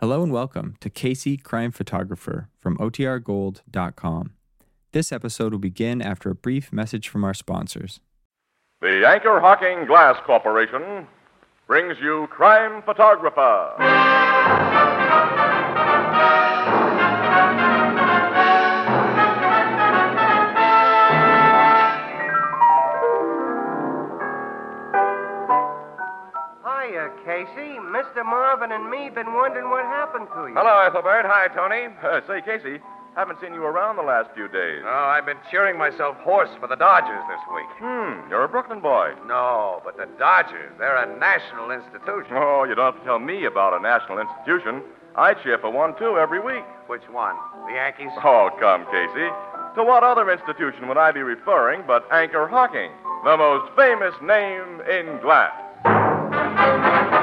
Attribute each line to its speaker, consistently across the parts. Speaker 1: Hello and welcome to Casey Crime Photographer from OTRGold.com. This episode will begin after a brief message from our sponsors.
Speaker 2: The Anchor Hocking Glass Corporation brings you Crime Photographer.
Speaker 3: Hiya, Casey. Mr. Marvin and me been wondering what happened to you.
Speaker 2: Hello, Ethelbert. Hi, Tony. Uh, say, Casey, haven't seen you around the last few days.
Speaker 4: Oh, I've been cheering myself hoarse for the Dodgers this week.
Speaker 2: Hmm, you're a Brooklyn boy.
Speaker 4: No, but the Dodgers, they're a national institution.
Speaker 2: Oh, you don't have to tell me about a national institution. I cheer for one, too, every week.
Speaker 4: Which one? The Yankees?
Speaker 2: Oh, come, Casey. To what other institution would I be referring but Anchor Hocking, the most famous name in glass?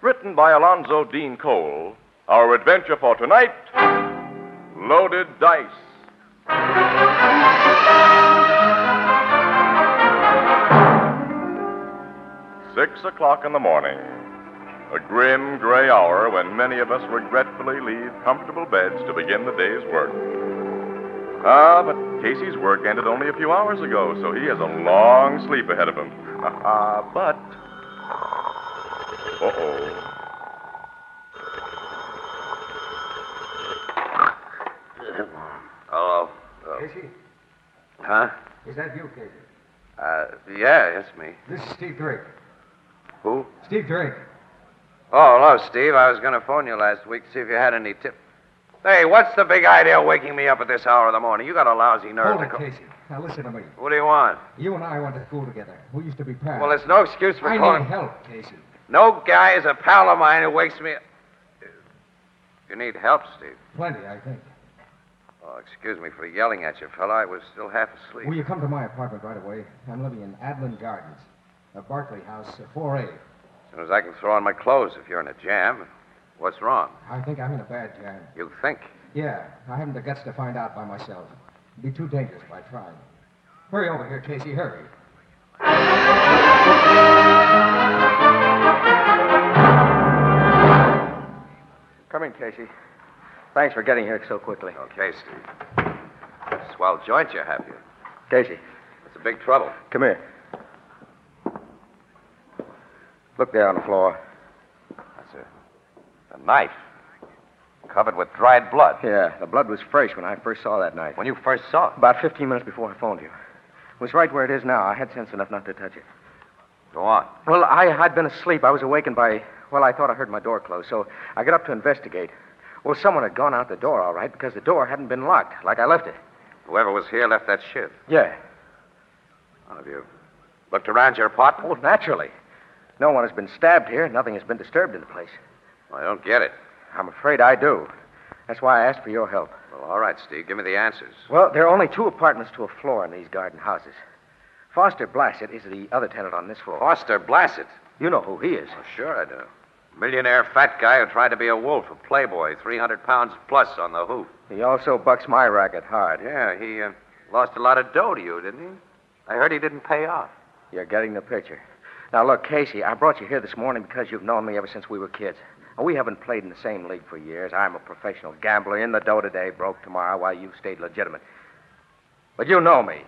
Speaker 2: Written by Alonzo Dean Cole, our adventure for tonight Loaded Dice. Six o'clock in the morning. A grim, gray hour when many of us regretfully leave comfortable beds to begin the day's work. Ah, but Casey's work ended only a few hours ago, so he has a long sleep ahead of him. Ah, but. Uh oh.
Speaker 4: Hello. Oh,
Speaker 5: Casey,
Speaker 4: huh?
Speaker 5: is that you, Casey?
Speaker 4: Uh, yeah, it's me.
Speaker 5: This is Steve Drake.
Speaker 4: Who?
Speaker 5: Steve Drake.
Speaker 4: Oh, hello, Steve. I was going to phone you last week to see if you had any tip. Hey, what's the big idea of waking me up at this hour of the morning? You got a lousy nerve
Speaker 5: Hold
Speaker 4: to
Speaker 5: it,
Speaker 4: call.
Speaker 5: Casey. Now listen to me.
Speaker 4: What do you want?
Speaker 5: You and I went to school together. We used to be pals.
Speaker 4: Well, it's no excuse for
Speaker 5: I
Speaker 4: calling.
Speaker 5: need help, Casey.
Speaker 4: No guy is a pal of mine who wakes me. You need help, Steve.
Speaker 5: Plenty, I think.
Speaker 4: Oh, excuse me for yelling at you, fella. I was still half asleep.
Speaker 5: Will you come to my apartment right away? I'm living in Adlin Gardens, a Barclay house, uh, 4A.
Speaker 4: As soon as I can throw on my clothes if you're in a jam. What's wrong?
Speaker 5: I think I'm in a bad jam.
Speaker 4: You think.
Speaker 5: Yeah, I haven't the guts to find out by myself. It'd be too dangerous if I tried. Hurry over here, Casey. Hurry.
Speaker 3: Come in, Casey. Thanks for getting here so quickly.
Speaker 4: Okay, Steve. Swell joint you have here.
Speaker 3: Casey,
Speaker 4: It's a big trouble.
Speaker 3: come here. Look there on the floor.
Speaker 4: That's a, a knife covered with dried blood.
Speaker 3: Yeah, the blood was fresh when I first saw that knife.
Speaker 4: When you first saw it.
Speaker 3: About 15 minutes before I phoned you. It was right where it is now. I had sense enough not to touch it.
Speaker 4: Go on.
Speaker 3: Well, I had been asleep. I was awakened by, well, I thought I heard my door close, so I got up to investigate. Well, someone had gone out the door, all right, because the door hadn't been locked like I left it.
Speaker 4: Whoever was here left that shiv.
Speaker 3: Yeah.
Speaker 4: None of you looked around your apartment?
Speaker 3: Oh, naturally. No one has been stabbed here. Nothing has been disturbed in the place.
Speaker 4: I don't get it.
Speaker 3: I'm afraid I do. That's why I asked for your help.
Speaker 4: Well, all right, Steve. Give me the answers.
Speaker 3: Well, there are only two apartments to a floor in these garden houses. Foster Blassett is the other tenant on this floor.
Speaker 4: Foster Blassett.
Speaker 3: You know who he is.
Speaker 4: Oh, sure I do. Millionaire fat guy who tried to be a wolf, a playboy, 300 pounds plus on the hoop.
Speaker 3: He also bucks my racket hard.
Speaker 4: Yeah, he uh, lost a lot of dough to you, didn't he? I heard he didn't pay off.
Speaker 3: You're getting the picture. Now, look, Casey, I brought you here this morning because you've known me ever since we were kids. And We haven't played in the same league for years. I'm a professional gambler in the dough today, broke tomorrow, while you stayed legitimate. But you know me.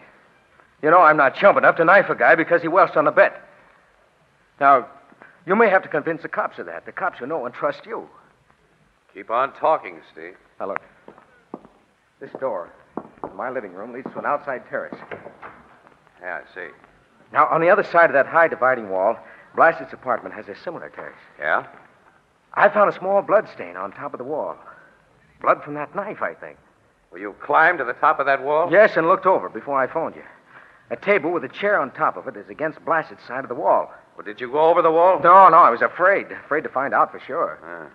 Speaker 3: You know I'm not chump enough to knife a guy because he welched on a bet. Now, you may have to convince the cops of that, the cops who know and trust you.
Speaker 4: Keep on talking, Steve.
Speaker 3: Now, look. This door in my living room leads to an outside terrace.
Speaker 4: Yeah, I see.
Speaker 3: Now, on the other side of that high dividing wall, Blassett's apartment has a similar terrace.
Speaker 4: Yeah?
Speaker 3: I found a small blood stain on top of the wall. Blood from that knife, I think.
Speaker 4: Will you climb to the top of that wall?
Speaker 3: Yes, and looked over before I phoned you. A table with a chair on top of it is against Blassett's side of the wall.
Speaker 4: Well, did you go over the wall?
Speaker 3: Uh, No, no, I was afraid. Afraid to find out for sure.
Speaker 4: Ah.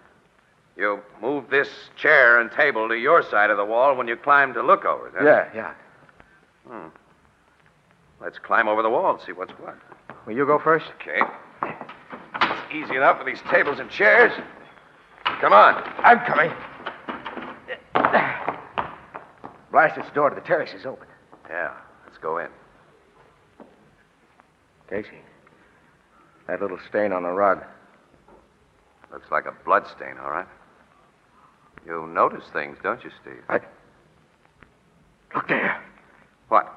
Speaker 4: You moved this chair and table to your side of the wall when you climbed to look over. Then.
Speaker 3: Yeah, yeah.
Speaker 4: Let's climb over the wall and see what's what.
Speaker 3: Will you go first?
Speaker 4: Okay. It's easy enough with these tables and chairs. Come on.
Speaker 3: I'm coming. Blasted's door to the terrace is open.
Speaker 4: Yeah, let's go in.
Speaker 3: Casey, that little stain on the rug.
Speaker 4: Looks like a blood stain, all right. You notice things, don't you, Steve?
Speaker 3: I. Look there,
Speaker 4: What?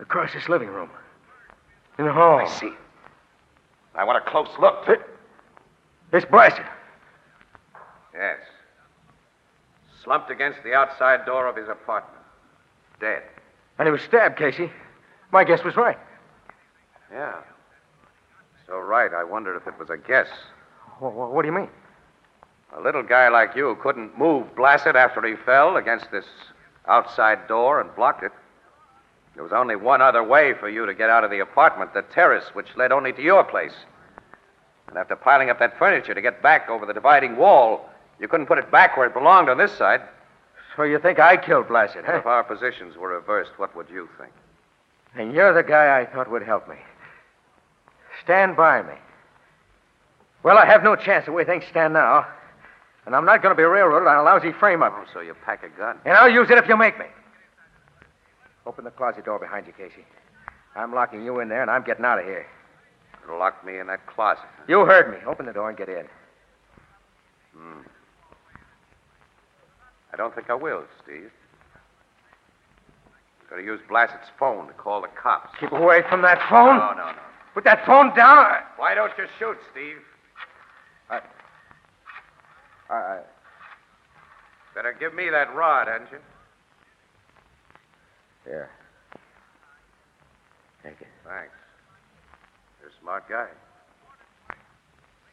Speaker 3: across this living room. In the hall.
Speaker 4: I see. I want a close look.
Speaker 3: It's Blasted.
Speaker 4: Yes. Slumped against the outside door of his apartment. Dead.
Speaker 3: And he was stabbed, Casey. My guess was right.
Speaker 4: Yeah. So right, I wondered if it was a guess.
Speaker 3: Wha- wha- What do you mean?
Speaker 4: A little guy like you couldn't move Blassett after he fell against this outside door and blocked it. There was only one other way for you to get out of the apartment, the terrace, which led only to your place. And after piling up that furniture to get back over the dividing wall, you couldn't put it back where it belonged on this side.
Speaker 3: So you think I killed Blasted, huh?
Speaker 4: If our positions were reversed, what would you think?
Speaker 3: And you're the guy I thought would help me. Stand by me. Well, I have no chance the way things stand now. And I'm not going to be railroaded on a lousy frame up.
Speaker 4: Oh, so you pack a gun.
Speaker 3: And I'll use it if you make me. Open the closet door behind you, Casey. I'm locking you in there, and I'm getting out of here.
Speaker 4: It'll lock me in that closet.
Speaker 3: You heard me. Open the door and get in.
Speaker 4: Hmm. I don't think I will, Steve. Gotta use Blassett's phone to call the cops.
Speaker 3: Keep away from that phone.
Speaker 4: No, no, no.
Speaker 3: Put that phone down. I,
Speaker 4: Why don't you shoot, Steve?
Speaker 3: I, I,
Speaker 4: Better give me that rod, hadn't you?
Speaker 3: here. Take it.
Speaker 4: Thanks. You're a smart guy.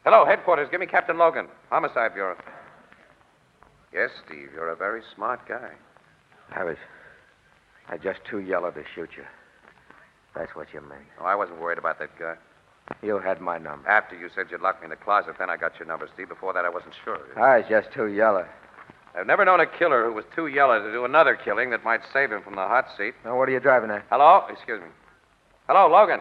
Speaker 4: Hello, headquarters. Give me Captain Logan, Homicide Bureau. Yes, Steve, you're a very smart guy.
Speaker 3: I was. I just too yellow to shoot you. That's what you meant.
Speaker 4: Oh, I wasn't worried about that guy.
Speaker 3: You had my number.
Speaker 4: After you said you'd lock me in the closet, then I got your number, Steve. Before that, I wasn't sure.
Speaker 3: I was just too yellow.
Speaker 4: I've never known a killer who was too yellow to do another killing that might save him from the hot seat.
Speaker 3: Now, what are you driving at?
Speaker 4: Hello? Excuse me. Hello, Logan.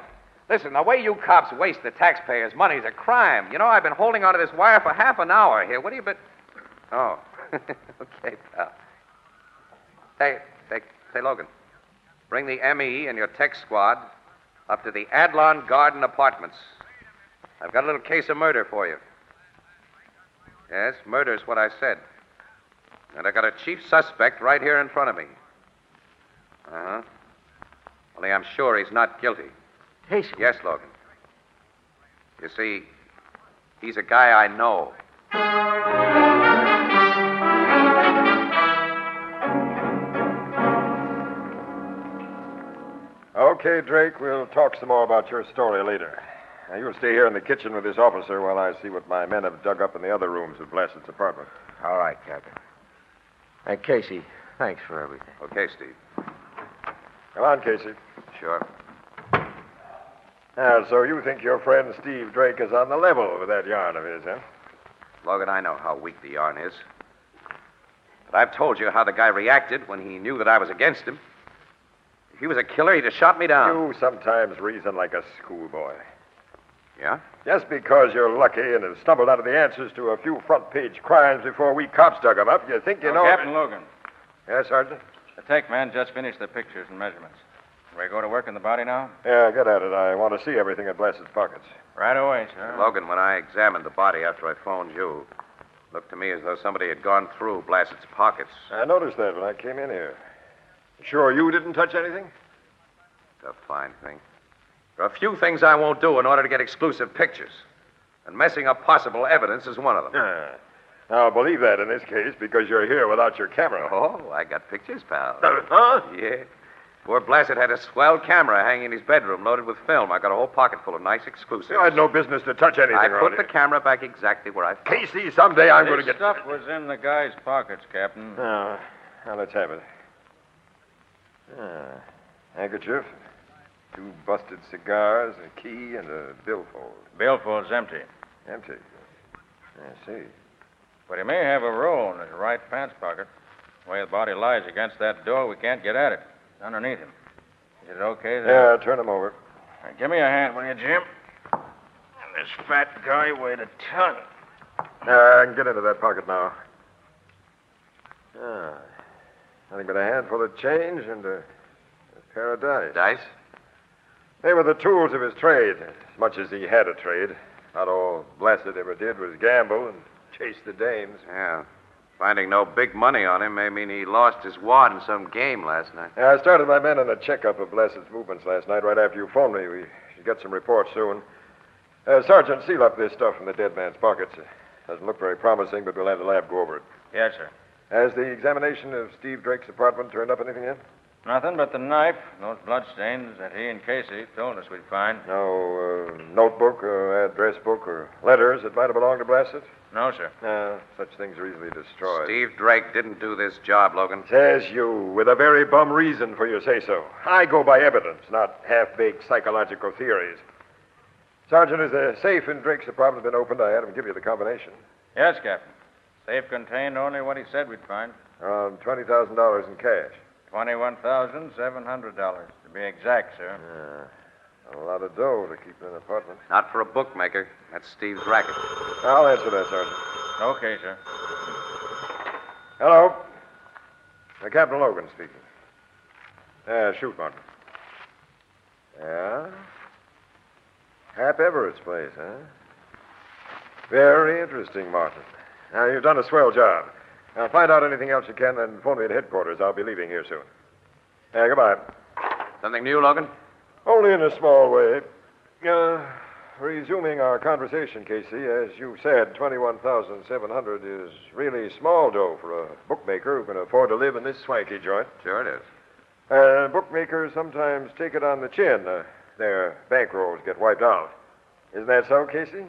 Speaker 4: Listen, the way you cops waste the taxpayers' money is a crime. You know, I've been holding onto this wire for half an hour here. What do you been. Oh. okay, pal. Hey, hey, say, Logan, bring the ME and your tech squad up to the Adlon Garden Apartments. I've got a little case of murder for you. Yes, murder's what I said. And I got a chief suspect right here in front of me. Uh huh. Only I'm sure he's not guilty.
Speaker 3: Casey.
Speaker 4: Yes, Logan. You see, he's a guy I know.
Speaker 6: Okay, Drake, we'll talk some more about your story later. Now, you'll stay here in the kitchen with this officer while I see what my men have dug up in the other rooms of Blassett's apartment.
Speaker 3: All right, Captain. And Casey, thanks for everything.
Speaker 4: Okay, Steve.
Speaker 6: Come on, Casey.
Speaker 4: Sure.
Speaker 6: Now, so you think your friend Steve Drake is on the level with that yarn of his, huh?
Speaker 4: Logan, I know how weak the yarn is. But I've told you how the guy reacted when he knew that I was against him. If he was a killer, he'd have shot me down.
Speaker 6: You sometimes reason like a schoolboy.
Speaker 4: Yeah?
Speaker 6: Just because you're lucky and have stumbled onto the answers to a few front page crimes before we cops dug 'em up, you think you know.
Speaker 7: Oh, Captain Logan,
Speaker 6: Yes, Sergeant?
Speaker 7: the tech man just finished the pictures and measurements. We go to work in the body now?
Speaker 6: Yeah, get at it. I want to see everything in Blassett's pockets.
Speaker 7: Right away, sir.
Speaker 4: Logan, when I examined the body after I phoned you, it looked to me as though somebody had gone through Blassett's pockets.
Speaker 6: I noticed that when I came in here. Sure, you didn't touch anything?
Speaker 4: It's a fine thing. There are a few things I won't do in order to get exclusive pictures. And messing up possible evidence is one of them.
Speaker 6: Yeah. Now, believe that in this case because you're here without your camera.
Speaker 4: Oh, I got pictures, pal.
Speaker 6: Huh?
Speaker 4: yeah. Poor Blassett had a swell camera hanging in his bedroom loaded with film. I got a whole pocket full of nice exclusives.
Speaker 6: You had no business to touch anything.
Speaker 4: I
Speaker 6: around
Speaker 4: put the
Speaker 6: here.
Speaker 4: camera back exactly where I found it.
Speaker 6: Casey, someday I'm going to
Speaker 7: This
Speaker 6: get.
Speaker 7: stuff was in the guy's pockets, Captain.
Speaker 6: Now, now, let's have it. Ah, handkerchief, two busted cigars, a key, and a billfold.
Speaker 7: Billfold's empty.
Speaker 6: Empty. I see.
Speaker 7: But he may have a roll in his right pants pocket. The way the body lies against that door, we can't get at it. It's Underneath him. Is it okay?
Speaker 6: Yeah,
Speaker 7: there?
Speaker 6: turn him over.
Speaker 7: All right, give me a hand, will you, Jim? This fat guy weighed a ton.
Speaker 6: Yeah, Uh, I can get into that pocket now. Ah, nothing but a handful of change and a, a pair of dice.
Speaker 4: Dice?
Speaker 6: They were the tools of his trade, as much as he had a trade. Not all Blessed ever did was gamble and chase the dames.
Speaker 4: Yeah. Finding no big money on him may mean he lost his wad in some game last night.
Speaker 6: Yeah, I started my men on a checkup of Blessed's movements last night, right after you phoned me. We should get some reports soon. Uh, Sergeant, seal up this stuff in the dead man's pockets. It doesn't look very promising, but we'll have the lab go over it.
Speaker 7: Yes, sir.
Speaker 6: Has the examination of Steve Drake's apartment turned up anything yet?
Speaker 7: Nothing but the knife and those bloodstains that he and Casey told us we'd find.
Speaker 6: No uh, notebook or address book or letters that might have belonged to Blessed?
Speaker 7: No, sir.
Speaker 6: No, Uh, such things are easily destroyed.
Speaker 4: Steve Drake didn't do this job, Logan.
Speaker 6: Says you, with a very bum reason for your say so. I go by evidence, not half baked psychological theories. Sergeant, has the safe in Drake's apartment been opened? I had him give you the combination.
Speaker 7: Yes, Captain. Safe contained only what he said we'd find.
Speaker 6: Around $20,000 in cash.
Speaker 7: Twenty-one thousand seven hundred dollars, to be exact, sir.
Speaker 6: Yeah. A lot of dough to keep in an apartment.
Speaker 4: Not for a bookmaker. That's Steve's racket.
Speaker 6: I'll answer that, Sergeant.
Speaker 7: Okay, sir.
Speaker 6: Hello? Uh, Captain Logan speaking. Yeah, shoot, Martin. Yeah? Hap Everett's place, huh? Very interesting, Martin. Now, you've done a swell job. Now, find out anything else you can and phone me at headquarters. I'll be leaving here soon. Yeah, goodbye.
Speaker 4: Something new, Logan?
Speaker 6: Only in a small way. Uh, resuming our conversation, Casey, as you said, 21700 is really small dough for a bookmaker who can afford to live in this swanky joint.
Speaker 4: Sure it is.
Speaker 6: Uh, bookmakers sometimes take it on the chin. Uh, their bankrolls get wiped out. Isn't that so, Casey?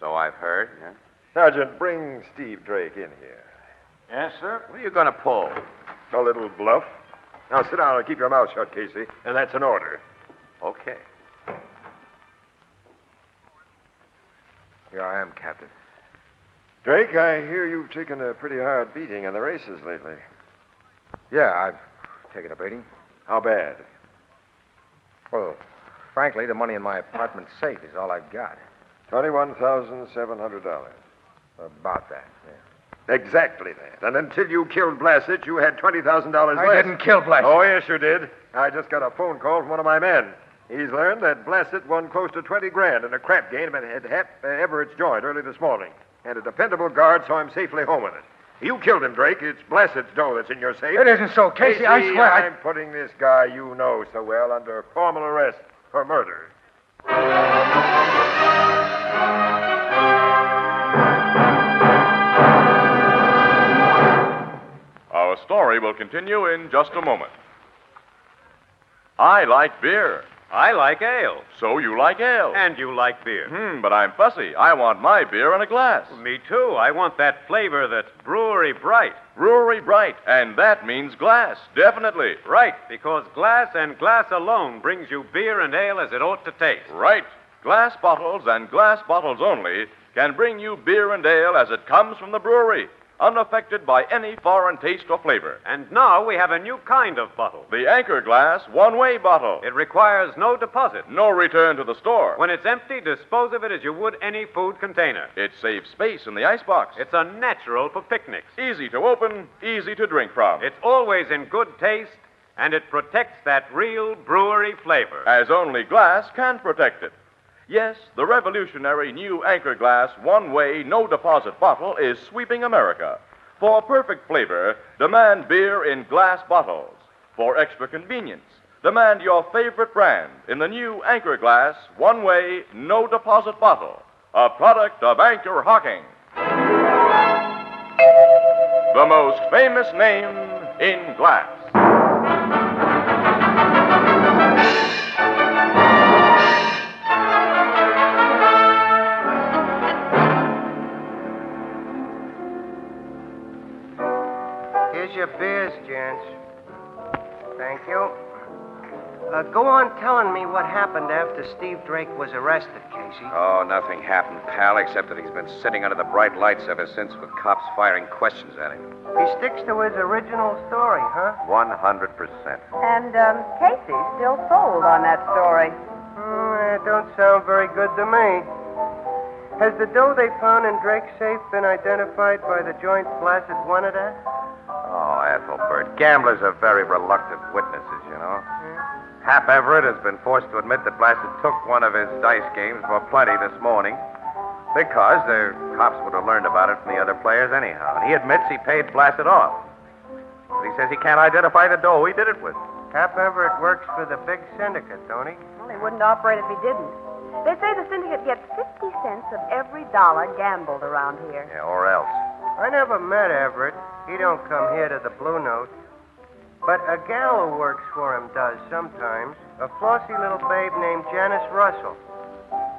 Speaker 4: So I've heard. Yeah.
Speaker 6: Sergeant, bring Steve Drake in here.
Speaker 7: Yes, sir.
Speaker 4: What are you going to pull?
Speaker 6: A little bluff. Now sit down and keep your mouth shut, Casey, and that's an order.
Speaker 4: Okay.
Speaker 6: Here I am, Captain. Drake, I hear you've taken a pretty hard beating in the races lately.
Speaker 3: Yeah, I've taken a beating.
Speaker 6: How bad?
Speaker 3: Well, frankly, the money in my apartment safe is all I've got.
Speaker 6: $21,700.
Speaker 3: About that. yeah.
Speaker 6: Exactly that. And until you killed Blassett, you had $20,000 less.
Speaker 3: I didn't kill Black.
Speaker 6: Oh, yes, you did. I just got a phone call from one of my men. He's learned that Blassett won close to 20 grand in a crap game at at Hep, uh, Everett's joint early this morning. And a dependable guard saw him safely home with it. You killed him, Drake. It's Blassett's dough that's in your safe.
Speaker 3: It isn't so, Casey. I swear. I...
Speaker 6: am putting this guy you know so well under formal arrest for murder.
Speaker 2: Our story will continue in just a moment. I like beer.
Speaker 7: I like ale.
Speaker 2: So you like ale.
Speaker 7: And you like beer.
Speaker 2: Hmm, but I'm fussy. I want my beer in a glass.
Speaker 7: Me too. I want that flavor that's brewery bright.
Speaker 2: Brewery bright, and that means glass, definitely.
Speaker 7: Right, because glass and glass alone brings you beer and ale as it ought to taste.
Speaker 2: Right. Glass bottles and glass bottles only can bring you beer and ale as it comes from the brewery, unaffected by any foreign taste or flavor.
Speaker 7: And now we have a new kind of bottle.
Speaker 2: The Anchor Glass one way bottle.
Speaker 7: It requires no deposit.
Speaker 2: No return to the store.
Speaker 7: When it's empty, dispose of it as you would any food container.
Speaker 2: It saves space in the icebox.
Speaker 7: It's a natural for picnics.
Speaker 2: easy to open, easy to drink from.
Speaker 7: It's always in good taste, and it protects that real brewery flavor.
Speaker 2: as only glass can protect it. Yes, the revolutionary new Anchor Glass one way, no deposit bottle is sweeping America. For perfect flavor, demand beer in glass bottles. For extra convenience, demand your favorite brand in the new Anchor Glass one way, no deposit bottle, a product of Anchor Hocking. The most famous name in glass.
Speaker 3: Here's your beers, gents. Thank you.
Speaker 8: Uh, go on telling me what happened after Steve Drake was arrested, Casey.
Speaker 4: Oh, nothing happened, pal, except that he's been sitting under the bright lights ever since with cops firing questions at him.
Speaker 8: He sticks to his original story, huh?
Speaker 4: 100%.
Speaker 9: And um, Casey's still sold on that story.
Speaker 8: Mm, it don't sound very good to me. Has the dough they found in Drake's safe been identified by the joint Placid wanted us?
Speaker 4: Oh, Ethelbert, gamblers are very reluctant witnesses, you know.
Speaker 9: Hmm.
Speaker 4: Hap Everett has been forced to admit that Blasted took one of his dice games for plenty this morning because the cops would have learned about it from the other players anyhow. And he admits he paid Blasted off. But he says he can't identify the dough he did it with.
Speaker 8: Cap Everett works for the big syndicate, don't he?
Speaker 9: Well, he wouldn't operate if he didn't. They say the syndicate gets 50 cents of every dollar gambled around here.
Speaker 4: Yeah, or else.
Speaker 8: I never met Everett. He don't come here to the Blue Note. But a gal who works for him does sometimes. A flossy little babe named Janice Russell.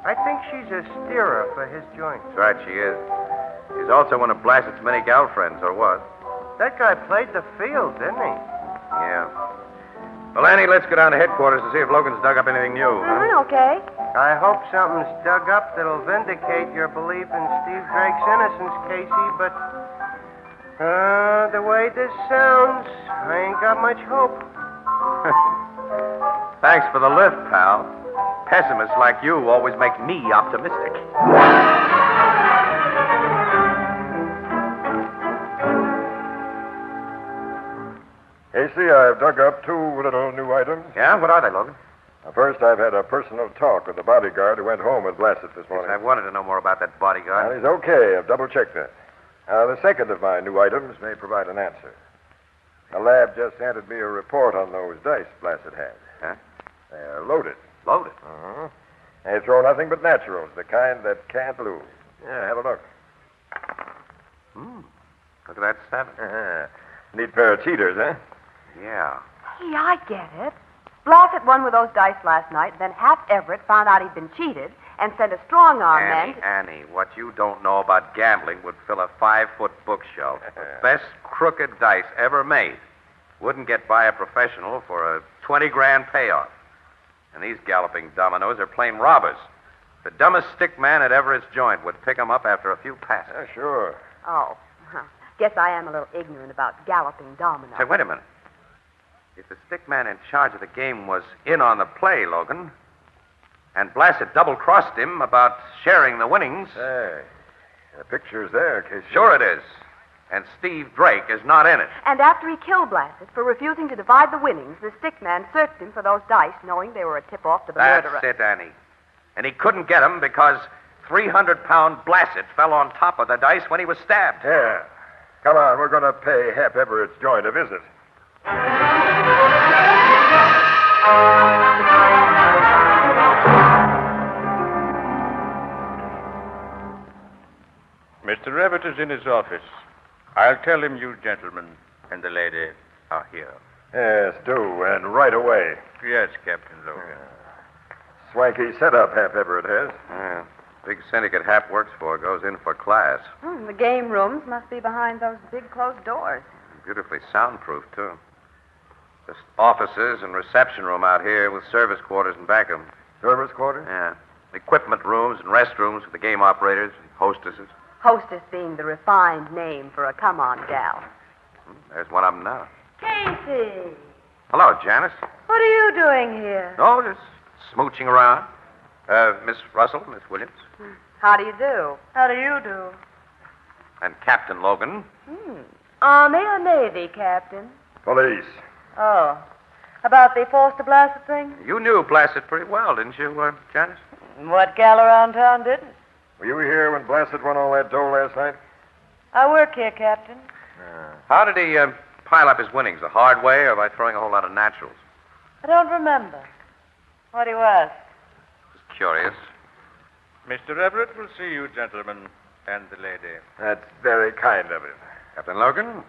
Speaker 8: I think she's a steerer for his joint.
Speaker 4: That's right, she is. He's also one of Blasted's many gal friends, or was.
Speaker 8: That guy played the field, didn't he?
Speaker 4: Yeah. Well, Annie, let's go down to headquarters and see if Logan's dug up anything new.
Speaker 9: Mm-hmm, okay.
Speaker 8: I hope something's dug up that'll vindicate your belief in Steve Drake's innocence, Casey, but. Uh, the way this sounds, I ain't got much hope.
Speaker 4: Thanks for the lift, pal. Pessimists like you always make me optimistic.
Speaker 6: Casey, I've dug up two little new items.
Speaker 4: Yeah, what are they, Logan?
Speaker 6: Now, First, I've had a personal talk with the bodyguard who went home with Blassett this morning.
Speaker 4: I wanted to know more about that
Speaker 6: Well,
Speaker 4: bodyguard.
Speaker 6: he's okay. I've double checked that. Uh, the second of my new items may provide an answer. The lab just handed me a report on those dice Blassett had.
Speaker 4: Huh?
Speaker 6: They're loaded.
Speaker 4: Loaded.
Speaker 6: Mm-hmm. They throw nothing but naturals, the kind that can't lose. Yeah, have a look.
Speaker 4: Hmm. Look at that seven.
Speaker 6: Uh-huh. Neat pair of cheaters, eh?
Speaker 4: Yeah.
Speaker 9: Gee, I get it. Blassett won with those dice last night, then Hap Everett found out he'd been cheated and sent a strong arm man.
Speaker 4: Annie,
Speaker 9: to-
Speaker 4: Annie, what you don't know about gambling would fill a five-foot bookshelf. the best crooked dice ever made. Wouldn't get by a professional for a 20 grand payoff. And these galloping dominoes are plain robbers. The dumbest stick man at Everett's joint would pick 'em up after a few passes.
Speaker 6: Yeah, sure.
Speaker 9: Oh, huh. guess I am a little ignorant about galloping dominoes.
Speaker 4: Say, wait a minute. If the stick man in charge of the game was in on the play, Logan, and Blassett double crossed him about sharing the winnings,
Speaker 6: Hey, the picture's there, Casey.
Speaker 4: sure it is. And Steve Drake is not in it.
Speaker 9: And after he killed Blassett for refusing to divide the winnings, the stick man searched him for those dice, knowing they were a tip off to the
Speaker 4: That's
Speaker 9: murderer.
Speaker 4: it, Annie. And he couldn't get 'em because 300 pound Blassett fell on top of the dice when he was stabbed.
Speaker 6: Yeah. Come on, we're going to pay Hep Everett's joint a visit.
Speaker 7: Mr. Rabbit is in his office. I'll tell him you gentlemen and the lady are here.
Speaker 6: Yes, do, and right away.
Speaker 7: Yes, Captain Logan.
Speaker 6: Swanky setup Hep Everett has.
Speaker 4: Yeah. Big syndicate Hap works for goes in for class.
Speaker 9: Hmm, the game rooms must be behind those big closed doors.
Speaker 4: Beautifully soundproof, too. Just offices and reception room out here with service quarters in back of 'em.
Speaker 6: Service quarters?
Speaker 4: Yeah. Equipment rooms and restrooms for the game operators and hostesses.
Speaker 9: Hostess being the refined name for a come on gal.
Speaker 4: There's one of 'em now.
Speaker 9: Casey,
Speaker 4: Hello, Janice.
Speaker 9: what are you doing here?
Speaker 4: Oh, just smooching around. Uh, Miss Russell, Miss Williams,
Speaker 9: How do you do? How do you do?
Speaker 4: and Captain Logan.
Speaker 9: Hmm. Army or Navy, Captain?
Speaker 6: Police.
Speaker 9: Oh. About the Foster Blaster thing?
Speaker 4: You knew Blassett pretty well, didn't you, uh, Janice?
Speaker 9: What gal around town didn't?
Speaker 6: Were you here when Blassett won all that dough last night?
Speaker 9: I work here, Captain.
Speaker 4: How did he uh, pile up his winnings? The hard way or by throwing a whole lot of naturals?
Speaker 9: I don't remember. What he was.
Speaker 4: Just curious.
Speaker 7: Mr. Everett will see you, gentlemen and the lady.
Speaker 6: That's very kind of him.
Speaker 4: Captain Logan?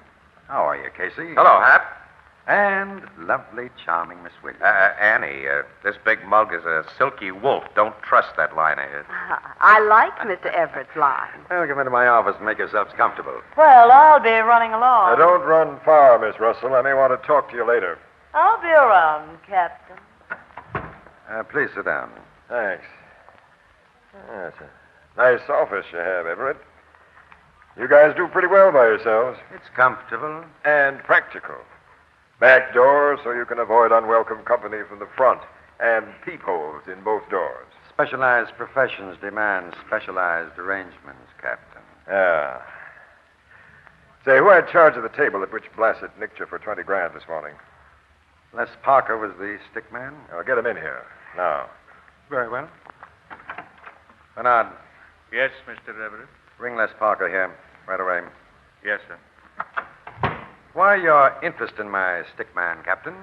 Speaker 7: How are you, Casey?
Speaker 4: Hello, Hap.
Speaker 7: And lovely, charming Miss Williams.
Speaker 4: Uh, Annie, uh, this big mug is a silky wolf. Don't trust that line I his.
Speaker 9: I liked Mr. Everett's line.
Speaker 7: Well, come into my office and make yourselves comfortable.
Speaker 9: Well, I'll be running
Speaker 6: Now,
Speaker 9: along.
Speaker 6: don't run far, Miss Russell. I may want to talk to you later.
Speaker 9: I'll be around, Captain.
Speaker 4: Uh, please sit down.
Speaker 6: Thanks. That's a nice office you have, Everett. You guys do pretty well by yourselves.
Speaker 4: It's comfortable.
Speaker 6: And practical. Back door so you can avoid unwelcome company from the front, and peepholes in both doors.
Speaker 4: Specialized professions demand specialized arrangements, Captain. Uh.
Speaker 6: Yeah. Say, who had charge of the table at which Blassett nicked you for 20 grand this morning?
Speaker 4: Les Parker was the stick man.
Speaker 6: Oh, get him in here. Now.
Speaker 4: Very well. Bernard,
Speaker 7: Yes, Mr. Everett.
Speaker 4: bring Les Parker here right away.
Speaker 7: Yes, sir.
Speaker 4: Why your interest in my stick man, Captain?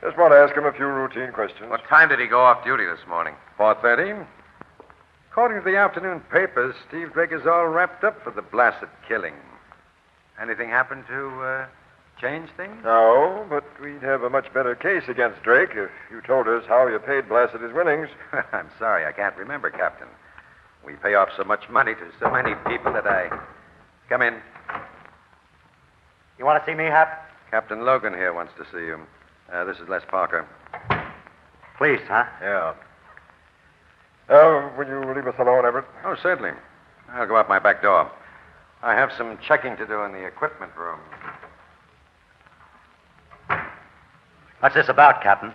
Speaker 6: Just want to ask him a few routine questions.
Speaker 4: What time did he go off duty this morning? 4.30. According to the afternoon papers, Steve Drake is all wrapped up for the Blassett killing. Anything happened to uh, change things?
Speaker 6: No, but we'd have a much better case against Drake if you told us how you paid Blassett his winnings.
Speaker 4: I'm sorry, I can't remember, Captain. We pay off so much money to so many people that I. Come in.
Speaker 10: You want to see me, Hap?
Speaker 4: Captain Logan here wants to see you. Uh, this is Les Parker.
Speaker 10: Please, huh?
Speaker 6: Yeah. Uh, will you leave us alone, Everett?
Speaker 4: Oh, certainly. I'll go out my back door. I have some checking to do in the equipment room.
Speaker 10: What's this about, Captain?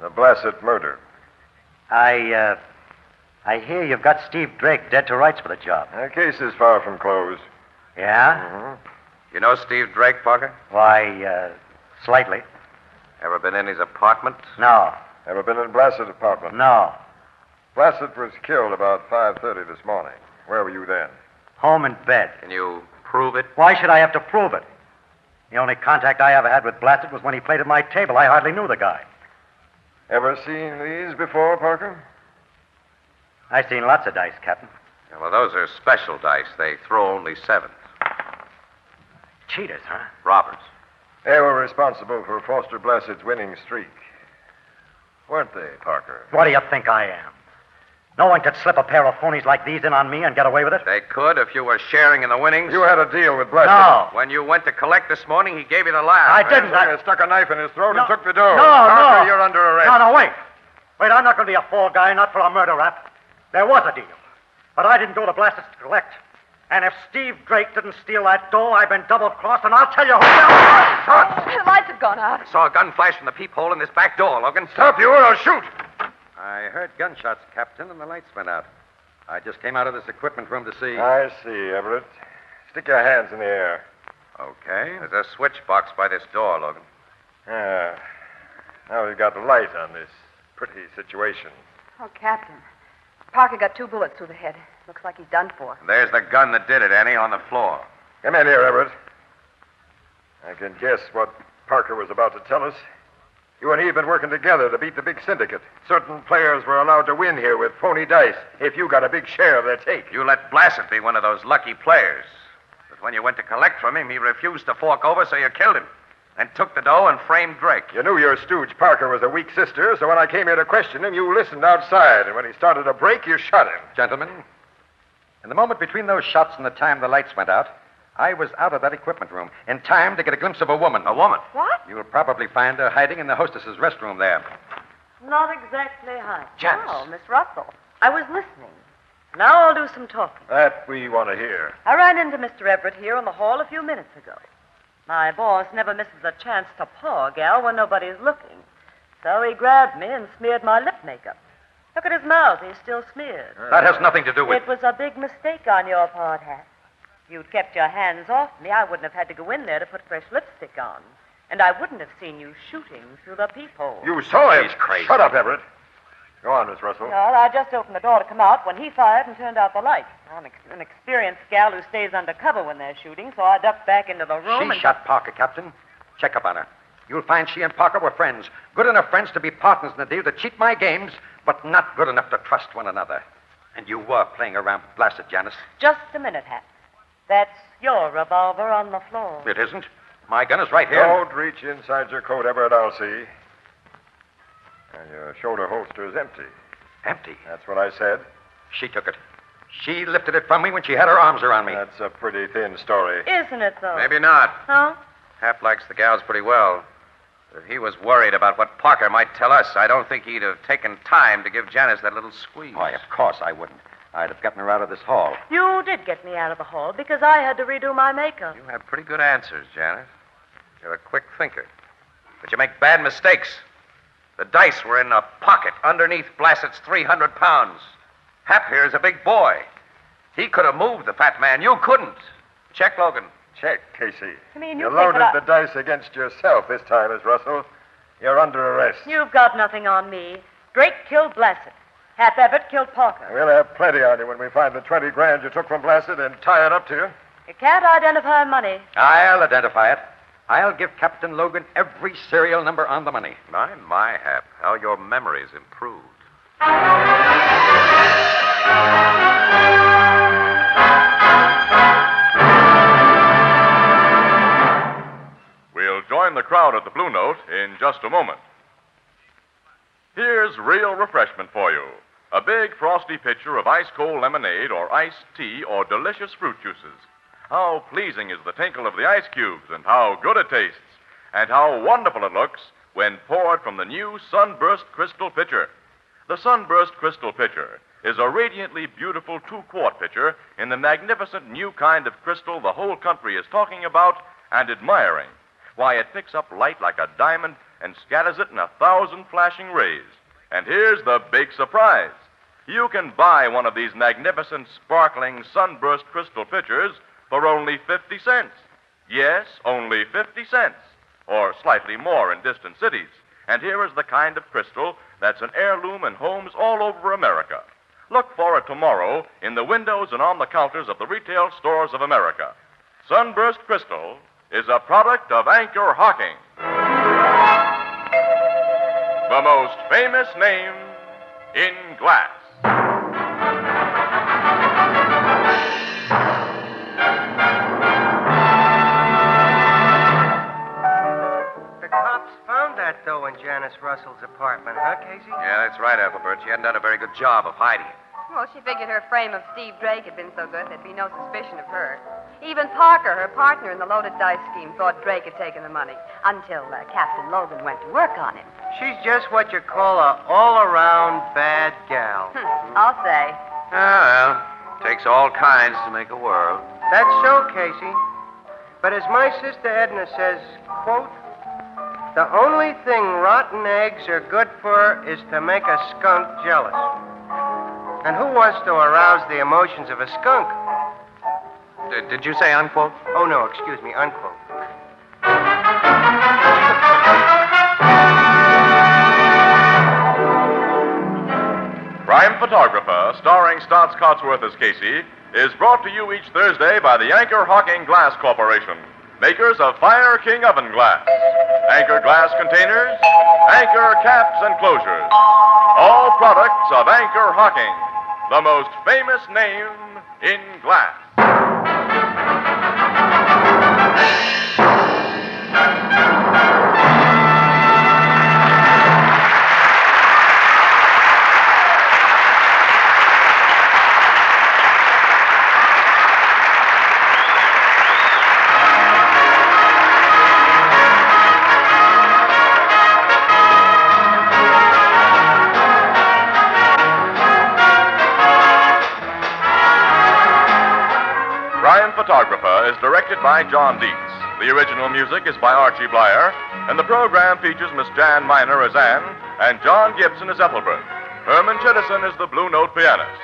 Speaker 6: The Blassett murder.
Speaker 10: I, uh, I hear you've got Steve Drake dead to rights for the job.
Speaker 6: The case is far from closed. Mm-hmm.
Speaker 10: Yeah?
Speaker 4: You know Steve Drake, Parker?
Speaker 10: Why, uh, slightly.
Speaker 4: Ever been in his apartment?
Speaker 10: No,
Speaker 6: Ever been in Blassett's apartment?
Speaker 10: no.
Speaker 6: Blassett was killed about 5.30 this morning. Where were you then?
Speaker 10: Home and bed.
Speaker 4: Can you prove it?
Speaker 10: Why should I have to prove it? The only contact I ever had with Blassett was when he played at my table. I hardly knew the guy.
Speaker 6: Ever seen these before, Parker?
Speaker 10: I've seen lots of dice, Captain.
Speaker 4: Well, those are special dice. They throw only sevens.
Speaker 10: Cheaters, huh?
Speaker 4: Robbers.
Speaker 6: They were responsible for Foster Blassett's winning streak. Weren't they, Parker?
Speaker 10: What do you think I am? No one could slip a pair of phonies like these in on me and get away with it.
Speaker 4: They could if you were sharing in the winnings.
Speaker 6: You had a deal with Blassett.
Speaker 10: No.
Speaker 4: When you went to collect this morning, he gave you the laugh.
Speaker 10: I didn't. I...
Speaker 6: Stuck a knife in his throat
Speaker 10: No.
Speaker 6: and took the dough.
Speaker 10: No,
Speaker 6: Parker,
Speaker 10: no.
Speaker 6: you're under arrest.
Speaker 10: No, no, wait. Wait, I'm not going to be a fall guy, not for a murder rap. There was a deal. But I didn't go to Blassett to collect. And if Steve Drake didn't steal that dough, I've been double crossed, and I'll tell you who.
Speaker 9: The lights have gone out.
Speaker 4: I saw a gun flash from the peephole in this back door, Logan.
Speaker 6: Stop you or I'll shoot.
Speaker 4: I heard gunshots, Captain, and the lights went out. I just came out of this equipment room to see.
Speaker 6: I see, Everett. Stick your hands in the air.
Speaker 4: Okay. There's a switch box by this door, Logan.
Speaker 6: Yeah. Ah, Now we've got light on this pretty situation.
Speaker 9: Oh, Captain. Parker got two bullets through the head. Looks like he's done for.
Speaker 4: There's the gun that did it, Annie, on the floor.
Speaker 6: Come in here, Everett. I can guess what Parker was about to tell us. You and he have been working together to beat the big syndicate. Certain players were allowed to win here with phony dice if you got a big share of their take.
Speaker 4: You let Blassett be one of those lucky players. But when you went to collect from him, he refused to fork over, so you killed him. And took the dough and framed Drake.
Speaker 6: You knew your stooge Parker was a weak sister, so when I came here to question him, you listened outside, and when he started to break, you shot him.
Speaker 4: Gentlemen, in the moment between those shots and the time the lights went out, I was out of that equipment room in time to get a glimpse of a woman. A woman?
Speaker 9: What?
Speaker 4: You'll probably find her hiding in the hostess's restroom there.
Speaker 11: Not exactly high.
Speaker 4: Gents.
Speaker 9: Oh, Miss
Speaker 11: Russell. I was listening. Now I'll do some talking.
Speaker 6: That we want to hear.
Speaker 11: I ran into Mr. Everett here in the hall a few minutes ago. My boss never misses a chance to paw a gal when nobody's looking. So he grabbed me and smeared my lip makeup. Look at his mouth. He's still smeared.
Speaker 4: That has nothing to do with.
Speaker 11: It was a big mistake on your part, Hat. You'd kept your hands off me, I wouldn't have had to go in there to put fresh lipstick on. And I wouldn't have seen you shooting through the peephole.
Speaker 6: You saw him.
Speaker 4: He's crazy.
Speaker 6: Shut up, Everett. Go on, Miss Russell.
Speaker 11: Well, I just opened the door to come out when he fired and turned out the light. I'm ex- an experienced gal who stays undercover when they're shooting, so I ducked back into the room
Speaker 4: She
Speaker 11: and...
Speaker 4: shot Parker, Captain. Check up on her. You'll find she and Parker were friends. Good enough friends to be partners in the deal to cheat my games, but not good enough to trust one another. And you were playing around with Blassett, Janice.
Speaker 11: Just a minute, Hat. That's your revolver on the floor.
Speaker 4: It isn't. My gun is right here.
Speaker 6: Don't reach inside your coat, Everett. I'll see. And your shoulder holster is empty.
Speaker 4: Empty.
Speaker 6: That's what I said.
Speaker 4: She took it. She lifted it from me when she had her arms around me.
Speaker 6: That's a pretty thin story.
Speaker 11: Isn't it, though?
Speaker 4: Maybe not.
Speaker 11: Huh?
Speaker 4: Hap likes the gals pretty well.
Speaker 7: If he was worried about what Parker might tell us, I don't think he'd have taken time to give Janice that little squeeze. Why, of course I wouldn't. I'd have gotten her out of this hall.
Speaker 11: You did get me out of the hall because I had to redo my makeup.
Speaker 7: You have pretty good answers, Janice. You're a quick thinker. But you make bad mistakes. The dice were in a pocket underneath Blassett's 300 pounds. Hap here is a big boy. He could have moved the fat man. You couldn't. Check, Logan.
Speaker 6: Check, Casey.
Speaker 11: I mean, you,
Speaker 6: You
Speaker 11: think
Speaker 6: loaded
Speaker 11: that I-
Speaker 6: the dice against yourself this time, Miss Russell. You're under arrest.
Speaker 11: You've got nothing on me. Drake killed Blassett. Hap Everett killed Parker.
Speaker 6: We'll have plenty on you when we find the 20 grand you took from Blasted and tie it up to you.
Speaker 11: You can't identify money.
Speaker 7: I'll identify it. I'll give Captain Logan every serial number on the money. My, my, Hap, how your memory's improved.
Speaker 2: We'll join the crowd at the Blue Note in just a moment. Here's real refreshment for you a big frosty pitcher of ice cold lemonade or iced tea or delicious fruit juices. How pleasing is the tinkle of the ice cubes and how good it tastes, and how wonderful it looks when poured from the new Sunburst Crystal Pitcher. The Sunburst Crystal Pitcher is a radiantly beautiful two quart pitcher in the magnificent new kind of crystal the whole country is talking about and admiring. Why, it picks up light like a diamond and scatters it in a thousand flashing rays. And here's the big surprise you can buy one of these magnificent, sparkling, sunburst crystal pitchers for only 50 cents. Yes, only 50 cents, or slightly more in distant cities. And here is the kind of crystal that's an heirloom in homes all over America. Look for it tomorrow in the windows and on the counters of the retail stores of America. Sunburst Crystal is a product of Anchor Hocking, the most famous name in glass.
Speaker 8: The cops found that dough in Janice Russell's apartment, huh, Casey?
Speaker 7: Yeah, that's right, Ethelbert. She hadn't done a very good job of hiding it.
Speaker 9: Well, she figured her frame of Steve Drake had been so good there'd be no suspicion of her. Even Parker, her partner in the loaded dice scheme, thought Drake had taken the money until uh, Captain Logan went to work on him.
Speaker 8: She's just what you call a all-around bad gal.
Speaker 9: Hmm, I'll say.
Speaker 7: Ah, Oh, well, takes all kinds to make a world.
Speaker 8: That's so, Casey. But as my sister Edna says, quote, the only thing rotten eggs are good for is to make a skunk jealous. And who wants to arouse the emotions of a skunk?
Speaker 7: Did, did you say unquote?
Speaker 8: Oh, no, excuse me, unquote.
Speaker 2: Crime Photographer, starring Stotts Cotsworth as Casey, is brought to you each Thursday by the Anchor Hawking Glass Corporation, makers of Fire King Oven Glass, Anchor Glass Containers, Anchor Caps and Closures. All products of Anchor Hawking, the most famous name in glass. Crime Photographer is directed by John Dietz. The original music is by Archie Blyer, and the program features Miss Jan Miner as Anne and John Gibson as Ethelbert. Herman Chittison is the Blue Note pianist.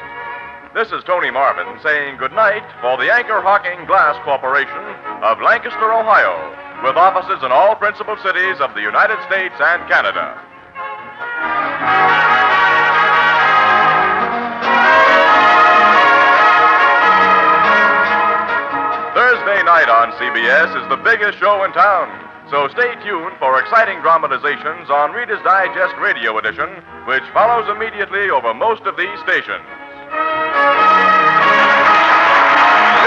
Speaker 2: This is Tony Marvin saying goodnight for the Anchor Hawking Glass Corporation of Lancaster, Ohio, with offices in all principal cities of the United States and Canada. Thursday night on CBS is the biggest show in town. So stay tuned for exciting dramatizations on Reader's Digest Radio Edition, which follows immediately over most of these stations.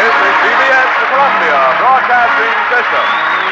Speaker 2: This is CBS, the Columbia Broadcasting System.